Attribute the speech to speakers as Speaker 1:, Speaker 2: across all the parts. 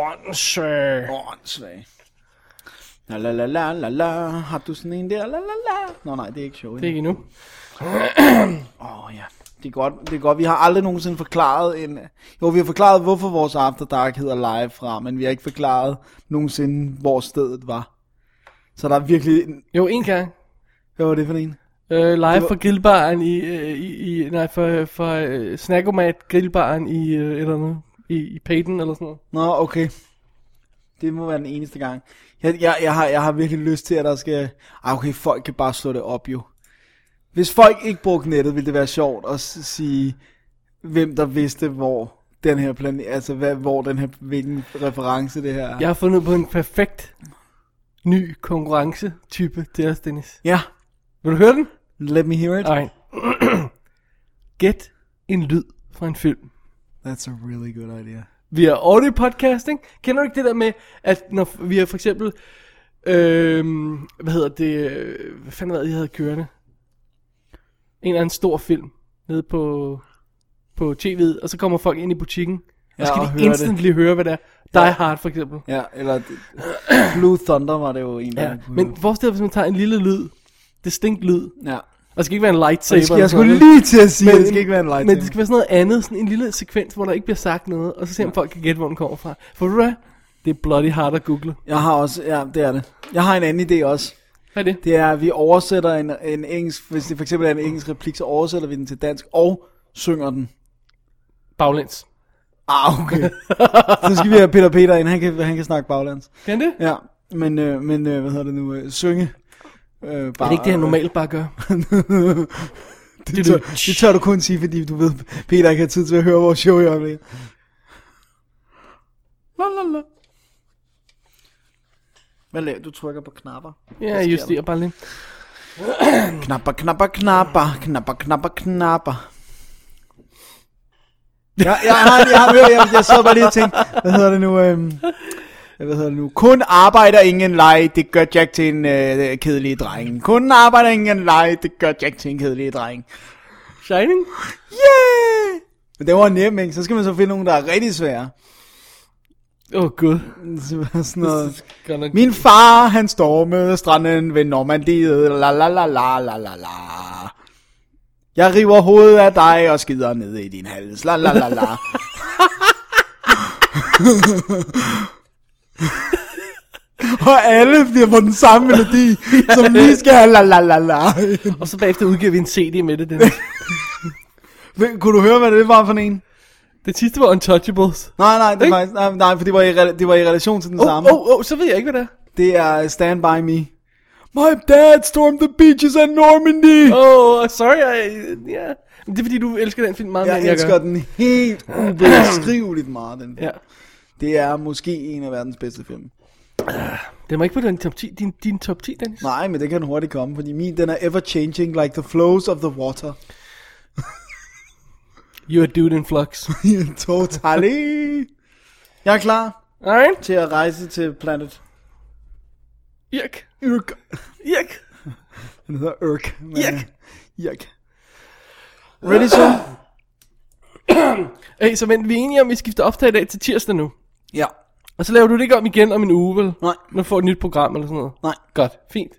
Speaker 1: Åndssvagt.
Speaker 2: Åndssvag. La la la la la la, har du sådan en der, la la la. Nå nej, det er ikke sjovt.
Speaker 1: Det er ikke endnu.
Speaker 2: Åh oh, ja, det er, godt, det er godt. Vi har aldrig nogensinde forklaret en... Jo, vi har forklaret, hvorfor vores After Dark hedder live fra, men vi har ikke forklaret nogensinde, hvor stedet var. Så der er virkelig... en-
Speaker 1: Jo, en gang.
Speaker 2: Hvad var det for en?
Speaker 1: Øh, live fra grillbaren i, øh, i, i nej, fra, fra øh, Snackomat grillbaren i, øh, et eller andet, i, i Payton eller sådan noget.
Speaker 2: Nå, okay. Det må være den eneste gang. Jeg, jeg, jeg, har, jeg har virkelig lyst til, at der skal... Ah, okay, folk kan bare slå det op jo. Hvis folk ikke brugte nettet, ville det være sjovt at s- sige, hvem der vidste, hvor den her planet, altså hvad, hvor den her, hvilken reference det her er.
Speaker 1: Jeg har fundet på en perfekt ny konkurrencetype til os, Dennis.
Speaker 2: ja.
Speaker 1: Vil du høre den?
Speaker 2: Let me hear it.
Speaker 1: Nej. Gæt en lyd fra en film.
Speaker 2: That's a really good idea.
Speaker 1: Vi er audio podcasting. Kender du ikke det der med, at når vi er for eksempel... Øhm, hvad hedder det? øh, Hvad fanden var det, jeg havde kørende? En eller anden stor film nede på, på tv'et, og så kommer folk ind i butikken,
Speaker 2: Ja,
Speaker 1: og skal
Speaker 2: og
Speaker 1: de
Speaker 2: hører
Speaker 1: instantly høre, hvad det er. Die Hard for eksempel.
Speaker 2: Ja, eller Blue Thunder var det jo en, der
Speaker 1: Ja, men forestil dig, hvis man tager en lille lyd, distinkt lyd,
Speaker 2: ja.
Speaker 1: og det skal ikke være en lightsaber.
Speaker 2: Det skal,
Speaker 1: eller
Speaker 2: jeg
Speaker 1: sådan
Speaker 2: skulle
Speaker 1: noget.
Speaker 2: lige til at sige,
Speaker 1: Men-
Speaker 2: men, det skal ikke være en lightsaber.
Speaker 1: Men det skal være sådan noget andet, sådan en lille sekvens, hvor der ikke bliver sagt noget, og så ser man, om folk kan gætte, hvor den kommer fra. For ved du hvad? Det er bloody hard at google.
Speaker 2: Jeg har også, ja, det er det. Jeg har en anden idé også.
Speaker 1: Hvad er det?
Speaker 2: Det er, at vi oversætter en, en engelsk, hvis det for eksempel er en engelsk replik, så oversætter vi den til dansk og synger den.
Speaker 1: Baglæns.
Speaker 2: Ah, okay. så skal vi have Peter Peter ind, han kan, han kan snakke baglands.
Speaker 1: Kan han det?
Speaker 2: Ja, men, øh, men øh, hvad hedder det nu, øh, synge. Øh,
Speaker 1: Er
Speaker 2: bare,
Speaker 1: det ikke det, han normalt bare gør?
Speaker 2: det, tør, det tør du kun sige, fordi du ved, Peter ikke har tid til at høre vores show i øjeblikket.
Speaker 1: La, la, la.
Speaker 2: Hvad laver du? trykker på knapper.
Speaker 1: Ja, jeg justerer bare lige.
Speaker 2: Knapper, knapper, knapper, knapper, knapper, knapper. Jeg, jeg, har, jeg, har, jeg, jeg, jeg sad bare lige og tænkte, hvad hedder det nu? Øhm, hvad hedder det nu? Kun arbejder ingen leg, det gør Jack til en øh, kedelig dreng. Kun arbejder ingen leg, det gør Jack til en kedelig dreng.
Speaker 1: Shining?
Speaker 2: Yeah! Men det var nem, ikke? Så skal man så finde nogen, der er rigtig svære.
Speaker 1: Åh, oh, gud.
Speaker 2: Så var sådan noget.
Speaker 1: Godt nok.
Speaker 2: Min far, han stormede stranden ved Normandiet, la la la la la la la. Jeg river hovedet af dig og skider ned i din hals, la la la la. og alle bliver på den samme melodi, som lige skal have la la la la.
Speaker 1: Og så bagefter udgiver vi en CD med det, Dennis.
Speaker 2: Men Kunne du høre, hvad det var for en?
Speaker 1: Den sidste var Untouchables.
Speaker 2: Nej, nej, det
Speaker 1: Ikke?
Speaker 2: var, nej, nej, for det var, i, rela- det var i relation til den
Speaker 1: Åh,
Speaker 2: samme.
Speaker 1: oh, oh, så ved jeg ikke, hvad det er.
Speaker 2: Det er Stand By Me. My dad stormed the beaches of Normandy.
Speaker 1: Åh, oh, sorry. I, yeah. Men det er, fordi du elsker den film meget mere,
Speaker 2: Jeg
Speaker 1: end jeg
Speaker 2: elsker
Speaker 1: gør.
Speaker 2: den helt ubeskriveligt meget, den film.
Speaker 1: Ja.
Speaker 2: Det er måske en af verdens bedste film.
Speaker 1: Den var ikke på din top 10, din, din top 10 Dennis.
Speaker 2: Nej, men det kan hurtigt komme, fordi min, den er ever-changing like the flows of the water.
Speaker 1: You're a dude in flux.
Speaker 2: totally. Jeg er klar
Speaker 1: Alright.
Speaker 2: til at rejse til planet
Speaker 1: Irk.
Speaker 2: Yrk.
Speaker 1: Irk.
Speaker 2: Den hedder Yrk. men-
Speaker 1: Irk.
Speaker 2: Irk. Ready, sir?
Speaker 1: Hey, så vent, vi er enige om, at vi skifter optag i dag til tirsdag nu.
Speaker 2: Ja.
Speaker 1: Og så laver du det ikke om igen om en uge, vel?
Speaker 2: Nej.
Speaker 1: Når du får et nyt program eller sådan noget.
Speaker 2: Nej.
Speaker 1: Godt, fint.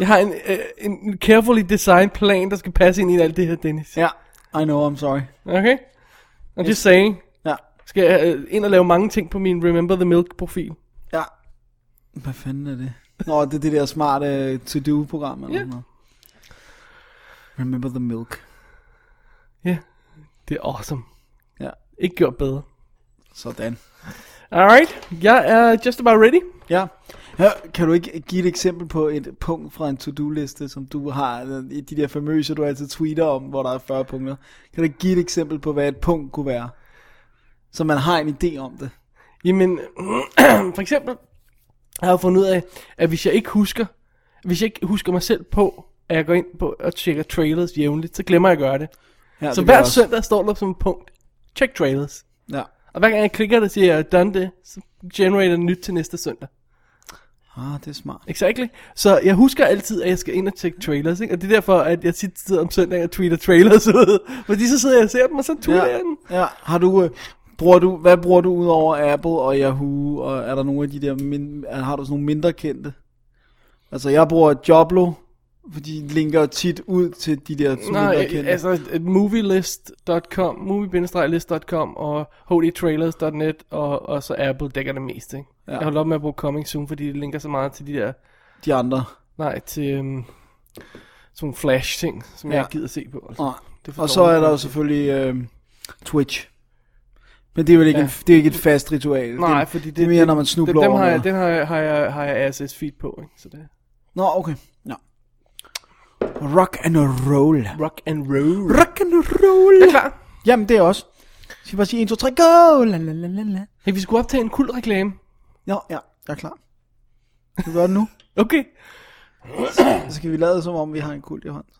Speaker 1: Jeg har en, øh, en carefully designed plan, der skal passe ind i alt det her, Dennis.
Speaker 2: Ja. I know, I'm sorry.
Speaker 1: Okay? I'm just saying.
Speaker 2: Ja.
Speaker 1: Skal jeg øh, ind og lave mange ting på min Remember the Milk-profil?
Speaker 2: Ja. Hvad fanden er det? Nå, det er det der smarte øh, to-do-program eller
Speaker 1: Ja.
Speaker 2: yeah. noget. Remember the milk.
Speaker 1: Ja. Yeah. Det er awesome.
Speaker 2: Ja,
Speaker 1: Ikke gjort bedre.
Speaker 2: sådan.
Speaker 1: Alright, jeg er just about ready.
Speaker 2: Ja. Hør, kan du ikke give et eksempel på et punkt fra en to-do-liste, som du har, øh, i de der famøse, du altid tweeter om, hvor der er 40 punkter? Kan du ikke give et eksempel på, hvad et punkt kunne være? Så man har en idé om det.
Speaker 1: Jamen, for eksempel har jeg jo fundet ud af, at hvis jeg ikke husker, hvis jeg ikke husker mig selv på, at jeg går ind på og tjekker trailers jævnligt, så glemmer jeg at gøre det.
Speaker 2: Ja,
Speaker 1: Så
Speaker 2: det gør jeg
Speaker 1: hver
Speaker 2: også.
Speaker 1: søndag står der som et punkt, check trailers.
Speaker 2: Ja.
Speaker 1: Og hver gang jeg klikker, der siger jeg, done det, så generater den nyt til næste søndag.
Speaker 2: Ah, det er smart.
Speaker 1: Exactly. Så jeg husker altid, at jeg skal ind og tjekke trailers, ikke? Og det er derfor, at jeg tit sidder om søndagen og tweeter trailers ud. Fordi så sidder jeg og ser dem, og så tweeter ja. jeg den.
Speaker 2: ja. Har du, øh, Bruger du, hvad bruger du ud over Apple og Yahoo, og er der nogle af de der, min, er- har du sådan nogle mindre kendte? Altså, jeg bruger Joblo, fordi de linker tit ud til de der
Speaker 1: Nej,
Speaker 2: mindre kendte. Altså,
Speaker 1: altså øh, movielist.com, movie-list.com og hdtrailers.net og, og så Apple dækker det mest, ikke? Ja.
Speaker 2: Ja.
Speaker 1: Jeg holder op med at bruge Coming Soon, fordi det linker så meget til de der,
Speaker 2: de andre.
Speaker 1: nej, til øhm, sådan nogle flash-ting, som ja.
Speaker 2: Ja.
Speaker 1: jeg ikke gider se på. Altså.
Speaker 2: Og,
Speaker 1: Det for
Speaker 2: og så er
Speaker 1: dårligt.
Speaker 2: der jo selvfølgelig øh, Twitch. Men det er jo ikke,
Speaker 1: Ja.
Speaker 2: ja. en, det er ikke et fast ritual. det,
Speaker 1: Nej,
Speaker 2: er-
Speaker 1: fordi det,
Speaker 2: det er mere, når man snubler
Speaker 1: dem, dem
Speaker 2: over
Speaker 1: har jeg,
Speaker 2: noget.
Speaker 1: den har jeg, har jeg, har jeg RSS feed på, ikke? Så det
Speaker 2: Nå, okay. Nå. Rock and roll.
Speaker 1: rock and roll.
Speaker 2: Rock and roll.
Speaker 1: Jeg er klar.
Speaker 2: Jamen, det er også. Skal vi bare sige 1, 2, 3, go! La, la, la, la, la.
Speaker 1: Hey, vi skulle optage en kul reklame.
Speaker 2: Nå, ja, jeg er klar. Skal vi gøre det nu?
Speaker 1: Okay.
Speaker 2: Så skal vi lade som om, vi har en kult i hånden.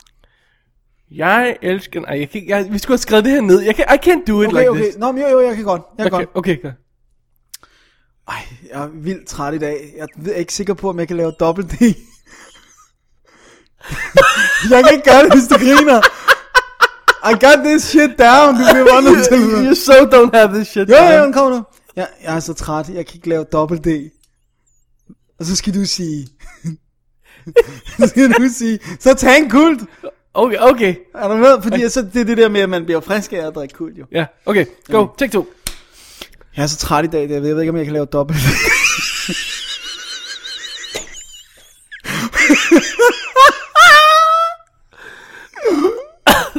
Speaker 1: Jeg elsker... Ej, jeg kan, ikke- jeg, vi skulle have skrevet det her ned. Jeg kan, I can't do it
Speaker 2: Okay,
Speaker 1: like
Speaker 2: okay.
Speaker 1: this.
Speaker 2: Nå, men jo, jo, jeg kan godt. Jeg kan
Speaker 1: okay,
Speaker 2: godt.
Speaker 1: okay, klar.
Speaker 2: Ej, jeg er vildt træt i dag. Jeg er ikke sikker på, om jeg kan lave dobbelt D. jeg kan ikke gøre det, hvis du griner. I got this shit down. Du bliver bare nødt til
Speaker 1: You, you so don't have this shit.
Speaker 2: Jo, jo,
Speaker 1: down.
Speaker 2: jo, den kommer nu. Jeg, jeg er så træt, jeg kan ikke lave dobbelt D. Og så skal du sige... så skal du sige, så tag en kult.
Speaker 1: Okay, okay.
Speaker 2: Er du med? Fordi så, det er det der med, at man bliver frisk af at drikke kult, jo.
Speaker 1: Ja, okay. Go. Take two.
Speaker 2: Jeg er så træt i dag, David. Jeg ved ikke, om jeg kan lave dobbelt.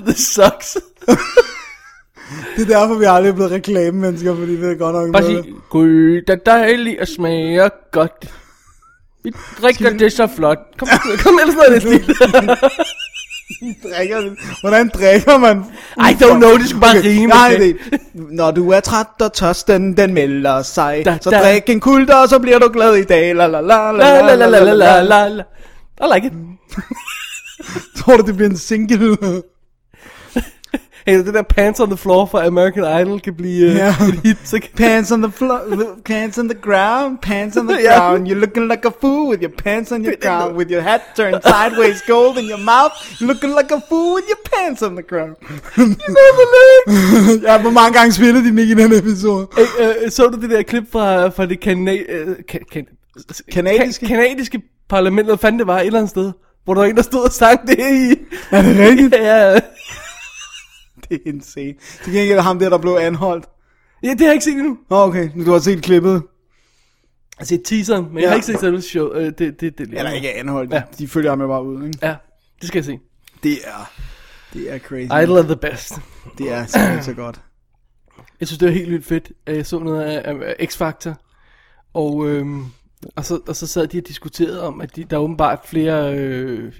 Speaker 1: This sucks.
Speaker 2: det er derfor, vi aldrig er blevet reklamemennesker, fordi vi er godt nok
Speaker 1: Bare sige, gud, der er dejligt og smager godt. Vi drikker det så flot. Kom, kom ellers noget af det stil.
Speaker 2: drikker det. Hvordan drikker man?
Speaker 1: I don't know, det skulle bare rime.
Speaker 2: Nej, det Når du er træt og tørsten, den melder sig.
Speaker 1: Da,
Speaker 2: så
Speaker 1: da.
Speaker 2: drik en kult, og så bliver du glad i dag. La, la, la,
Speaker 1: La, la,
Speaker 2: la,
Speaker 1: la, la, la, la, la, la. I like it.
Speaker 2: Tror du, det bliver en single?
Speaker 1: Hey, det der Pants on the Floor fra American Idol kan blive uh,
Speaker 2: Ja.
Speaker 1: et hit, så kan
Speaker 2: Pants on the floor, pants on the ground, pants on the
Speaker 1: Ja.
Speaker 2: ground. You're looking like a fool with your pants on your ground, with your head turned sideways, gold in your mouth. You're looking like a fool with your pants on the ground. ja, hvor mange gange spillede de den ikke i den episode?
Speaker 1: Øh, øh, så du det der klip fra, fra det kana, øh, kan, kan,
Speaker 2: Kanadiske?
Speaker 1: Ka- kanadiske parlament, eller fanden det var, et eller andet sted, hvor der var en, der stod og sang det i.
Speaker 2: Er det rigtigt?
Speaker 1: ja,
Speaker 2: Det er insane. Til gengæld er ham der, der blev anholdt.
Speaker 1: ja, det har jeg ikke set endnu.
Speaker 2: Nå, okay, nu du har set klippet.
Speaker 1: Jeg har set teaseren, men ja. jeg
Speaker 2: Ja.
Speaker 1: har ikke set selve show. Øh, det, det, det, det,
Speaker 2: Eller ikke anholdt,
Speaker 1: Ja.
Speaker 2: ja. de følger ham jo bare ud, ikke?
Speaker 1: Ja, det skal jeg se.
Speaker 2: Det er, det er crazy.
Speaker 1: Idol er the best.
Speaker 2: Det er simpelthen så godt.
Speaker 1: Jeg synes, det var helt vildt fedt. Øh, Jeg så noget af, af, af X-Factor, og, øhm, og, så, og så sad de og diskuterede om, at de, der er åbenbart flere øh,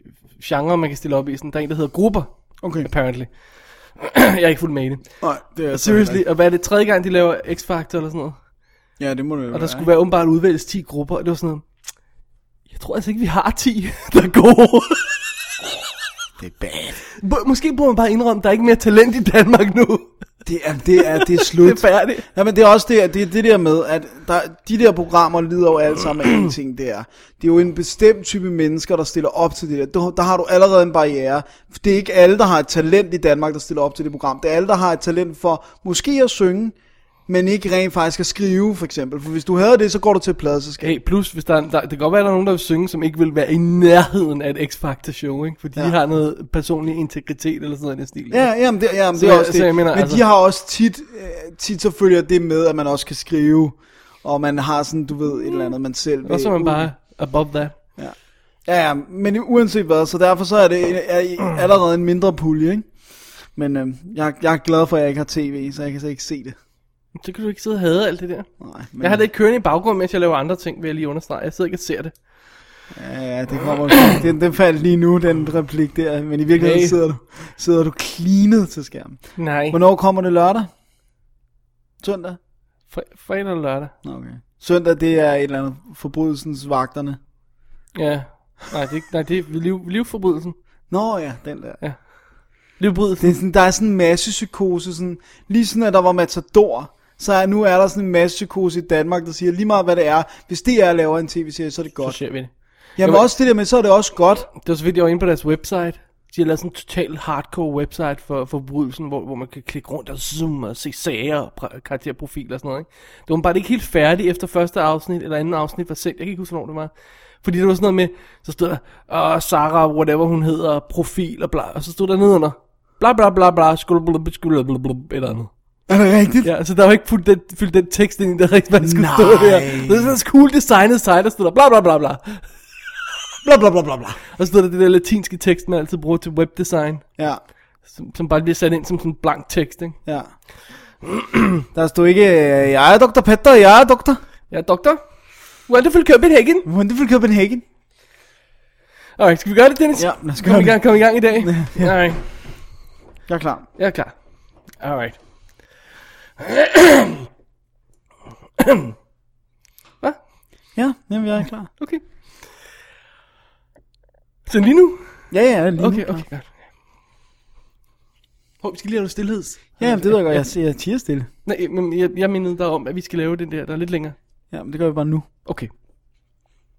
Speaker 1: genrer, man kan stille op i. Sådan, der er en, der hedder grupper,
Speaker 2: Okay,
Speaker 1: apparently. jeg er ikke fuldt med i det.
Speaker 2: nej, det er så
Speaker 1: Seriously,
Speaker 2: heller ikke.
Speaker 1: og hvad er det tredje gang, de laver X-Factor eller sådan noget?
Speaker 2: Ja, det må det jo
Speaker 1: Og der
Speaker 2: være,
Speaker 1: skulle være åbenbart udvælges 10 grupper, og det var sådan noget, jeg tror altså ikke, vi har 10, der er gode.
Speaker 2: Det er bad.
Speaker 1: B- Måske burde man bare indrømme, der er ikke mere talent i Danmark nu.
Speaker 2: Det er, det er, det er
Speaker 1: Det
Speaker 2: slut.
Speaker 1: er færdigt.
Speaker 2: Ja, men det er også det, at det, er det der med, at der, de der programmer lider jo alle sammen af en ting, det er. Det er jo en bestemt type mennesker, der stiller op til det der. Du, der har du allerede en barriere. For det er ikke alle, der har et talent i Danmark, der stiller op til det program. Det er alle, der har et talent for måske at synge, men ikke rent faktisk at skrive, for eksempel. For hvis du havde det, så går du til pladserskab.
Speaker 1: Hey, plus, hvis der, er- der, det kan godt være, at der er nogen, der vil synge, som ikke vil være i nærheden af et X-Factor show, ikke? Fordi ja.
Speaker 2: Ja.
Speaker 1: de har noget personlig integritet eller sådan noget i den stil. ikke?
Speaker 2: Ja, jamen det, jamen,
Speaker 1: Så
Speaker 2: det er
Speaker 1: jeg-
Speaker 2: også
Speaker 1: så
Speaker 2: det.
Speaker 1: jeg mener,
Speaker 2: men
Speaker 1: altså-
Speaker 2: de har også tit, øh, tit så følger det med, at man også kan skrive, og man har sådan, du ved, et eller andet, man selv øh, vil
Speaker 1: Og så er man
Speaker 2: ud-
Speaker 1: bare above that.
Speaker 2: Ja, ja, men uanset hvad, så derfor så er det er I
Speaker 1: Mm.
Speaker 2: allerede en mindre pulje, ikke? Men øh, jeg, jeg er glad for, at jeg ikke har tv, så jeg kan så ikke se det.
Speaker 1: Så kan du ikke sidde og hade alt det der.
Speaker 2: Nej, men,
Speaker 1: Jeg har det ikke kørende i baggrunden, mens jeg laver andre ting, vil jeg lige understrege. Jeg sidder ikke og ser det.
Speaker 2: Ja, ja, det kommer jo- den, den faldt lige nu, den replik der, men i virkeligheden
Speaker 1: Hey.
Speaker 2: hey. sidder du sidder du cleanet til skærmen.
Speaker 1: Nej.
Speaker 2: Hvornår kommer det lørdag? Søndag?
Speaker 1: Fre- fredag og lørdag.
Speaker 2: Nå, okay. Søndag, det er et eller andet forbrydelsens vagterne.
Speaker 1: Ja. Nej, det er, ikke, nej, det er liv, livforbrydelsen.
Speaker 2: Nå ja, den der.
Speaker 1: Livforbrydelsen.
Speaker 2: Det er sådan, der er sådan en masse psykose, sådan, lige sådan at der var Matador, så er, nu er der sådan en masse psykose i Danmark, der siger lige meget hvad det er, hvis det er laver en tv-serie, så er det
Speaker 1: Så
Speaker 2: godt.
Speaker 1: ser vi det.
Speaker 2: Jamen
Speaker 1: Jamen-
Speaker 2: også det der med, så er det også godt.
Speaker 1: Det var så vidt, jeg var inde på deres website. de har lavet sådan en total hardcore website for forbrydelsen, hvor, hvor man kan klikke rundt og zoome og se sager og pra- karakterprofiler og sådan noget. Ikke? Det var bare ikke helt færdig efter første afsnit eller anden afsnit var sendt. Jeg kan ikke huske, hvornår det var. Fordi det var sådan noget med, så stod der, Åh, Sarah, whatever hun hedder, profil og bla, og så stod der nedenunder, bla bla bla bla, skulle bla bla bla bla, et eller andet.
Speaker 2: Er det rigtigt?
Speaker 1: Ja, så der var ikke fyldt den, fyldt den tekst ind, i, der rigtig bare skulle stå
Speaker 2: Nej.
Speaker 1: der. Så det er sådan en cool designet site, der stod der bla bla bla bla.
Speaker 2: Bla bla bla bla bla.
Speaker 1: Og så stod der det der latinske tekst, man altid bruger til webdesign,
Speaker 2: Ja,
Speaker 1: som, som bare bliver sat ind som sådan en blank tekst, ikke?
Speaker 2: ja. Der stod ikke, øh, jeg er Dr. Petter, jeg er doktor.
Speaker 1: Ja, doktor? Wonderful Copenhagen.
Speaker 2: Wonderful Copenhagen.
Speaker 1: Alright, skal vi gøre det, Dennis?
Speaker 2: Ja, lad os gøre
Speaker 1: kom i
Speaker 2: det.
Speaker 1: gang, kom i gang i dag. Alright,
Speaker 2: Jeg er klar.
Speaker 1: jeg er klar. Alright. Hvad?
Speaker 2: Ja, jamen jeg er klar.
Speaker 1: Okay. Så lige nu?
Speaker 2: Ja, ja, lige nu
Speaker 1: Okay,
Speaker 2: klar.
Speaker 1: okay, godt. Hov, vi skal lige have noget stillheds.
Speaker 2: Ja, jamen, det ved jeg godt, jeg, siger- jeg tiger stille.
Speaker 1: Nej, men jeg, jeg mindede dig om, at vi skal lave den der, der er lidt længere.
Speaker 2: Ja, men det gør vi bare nu.
Speaker 1: Okay,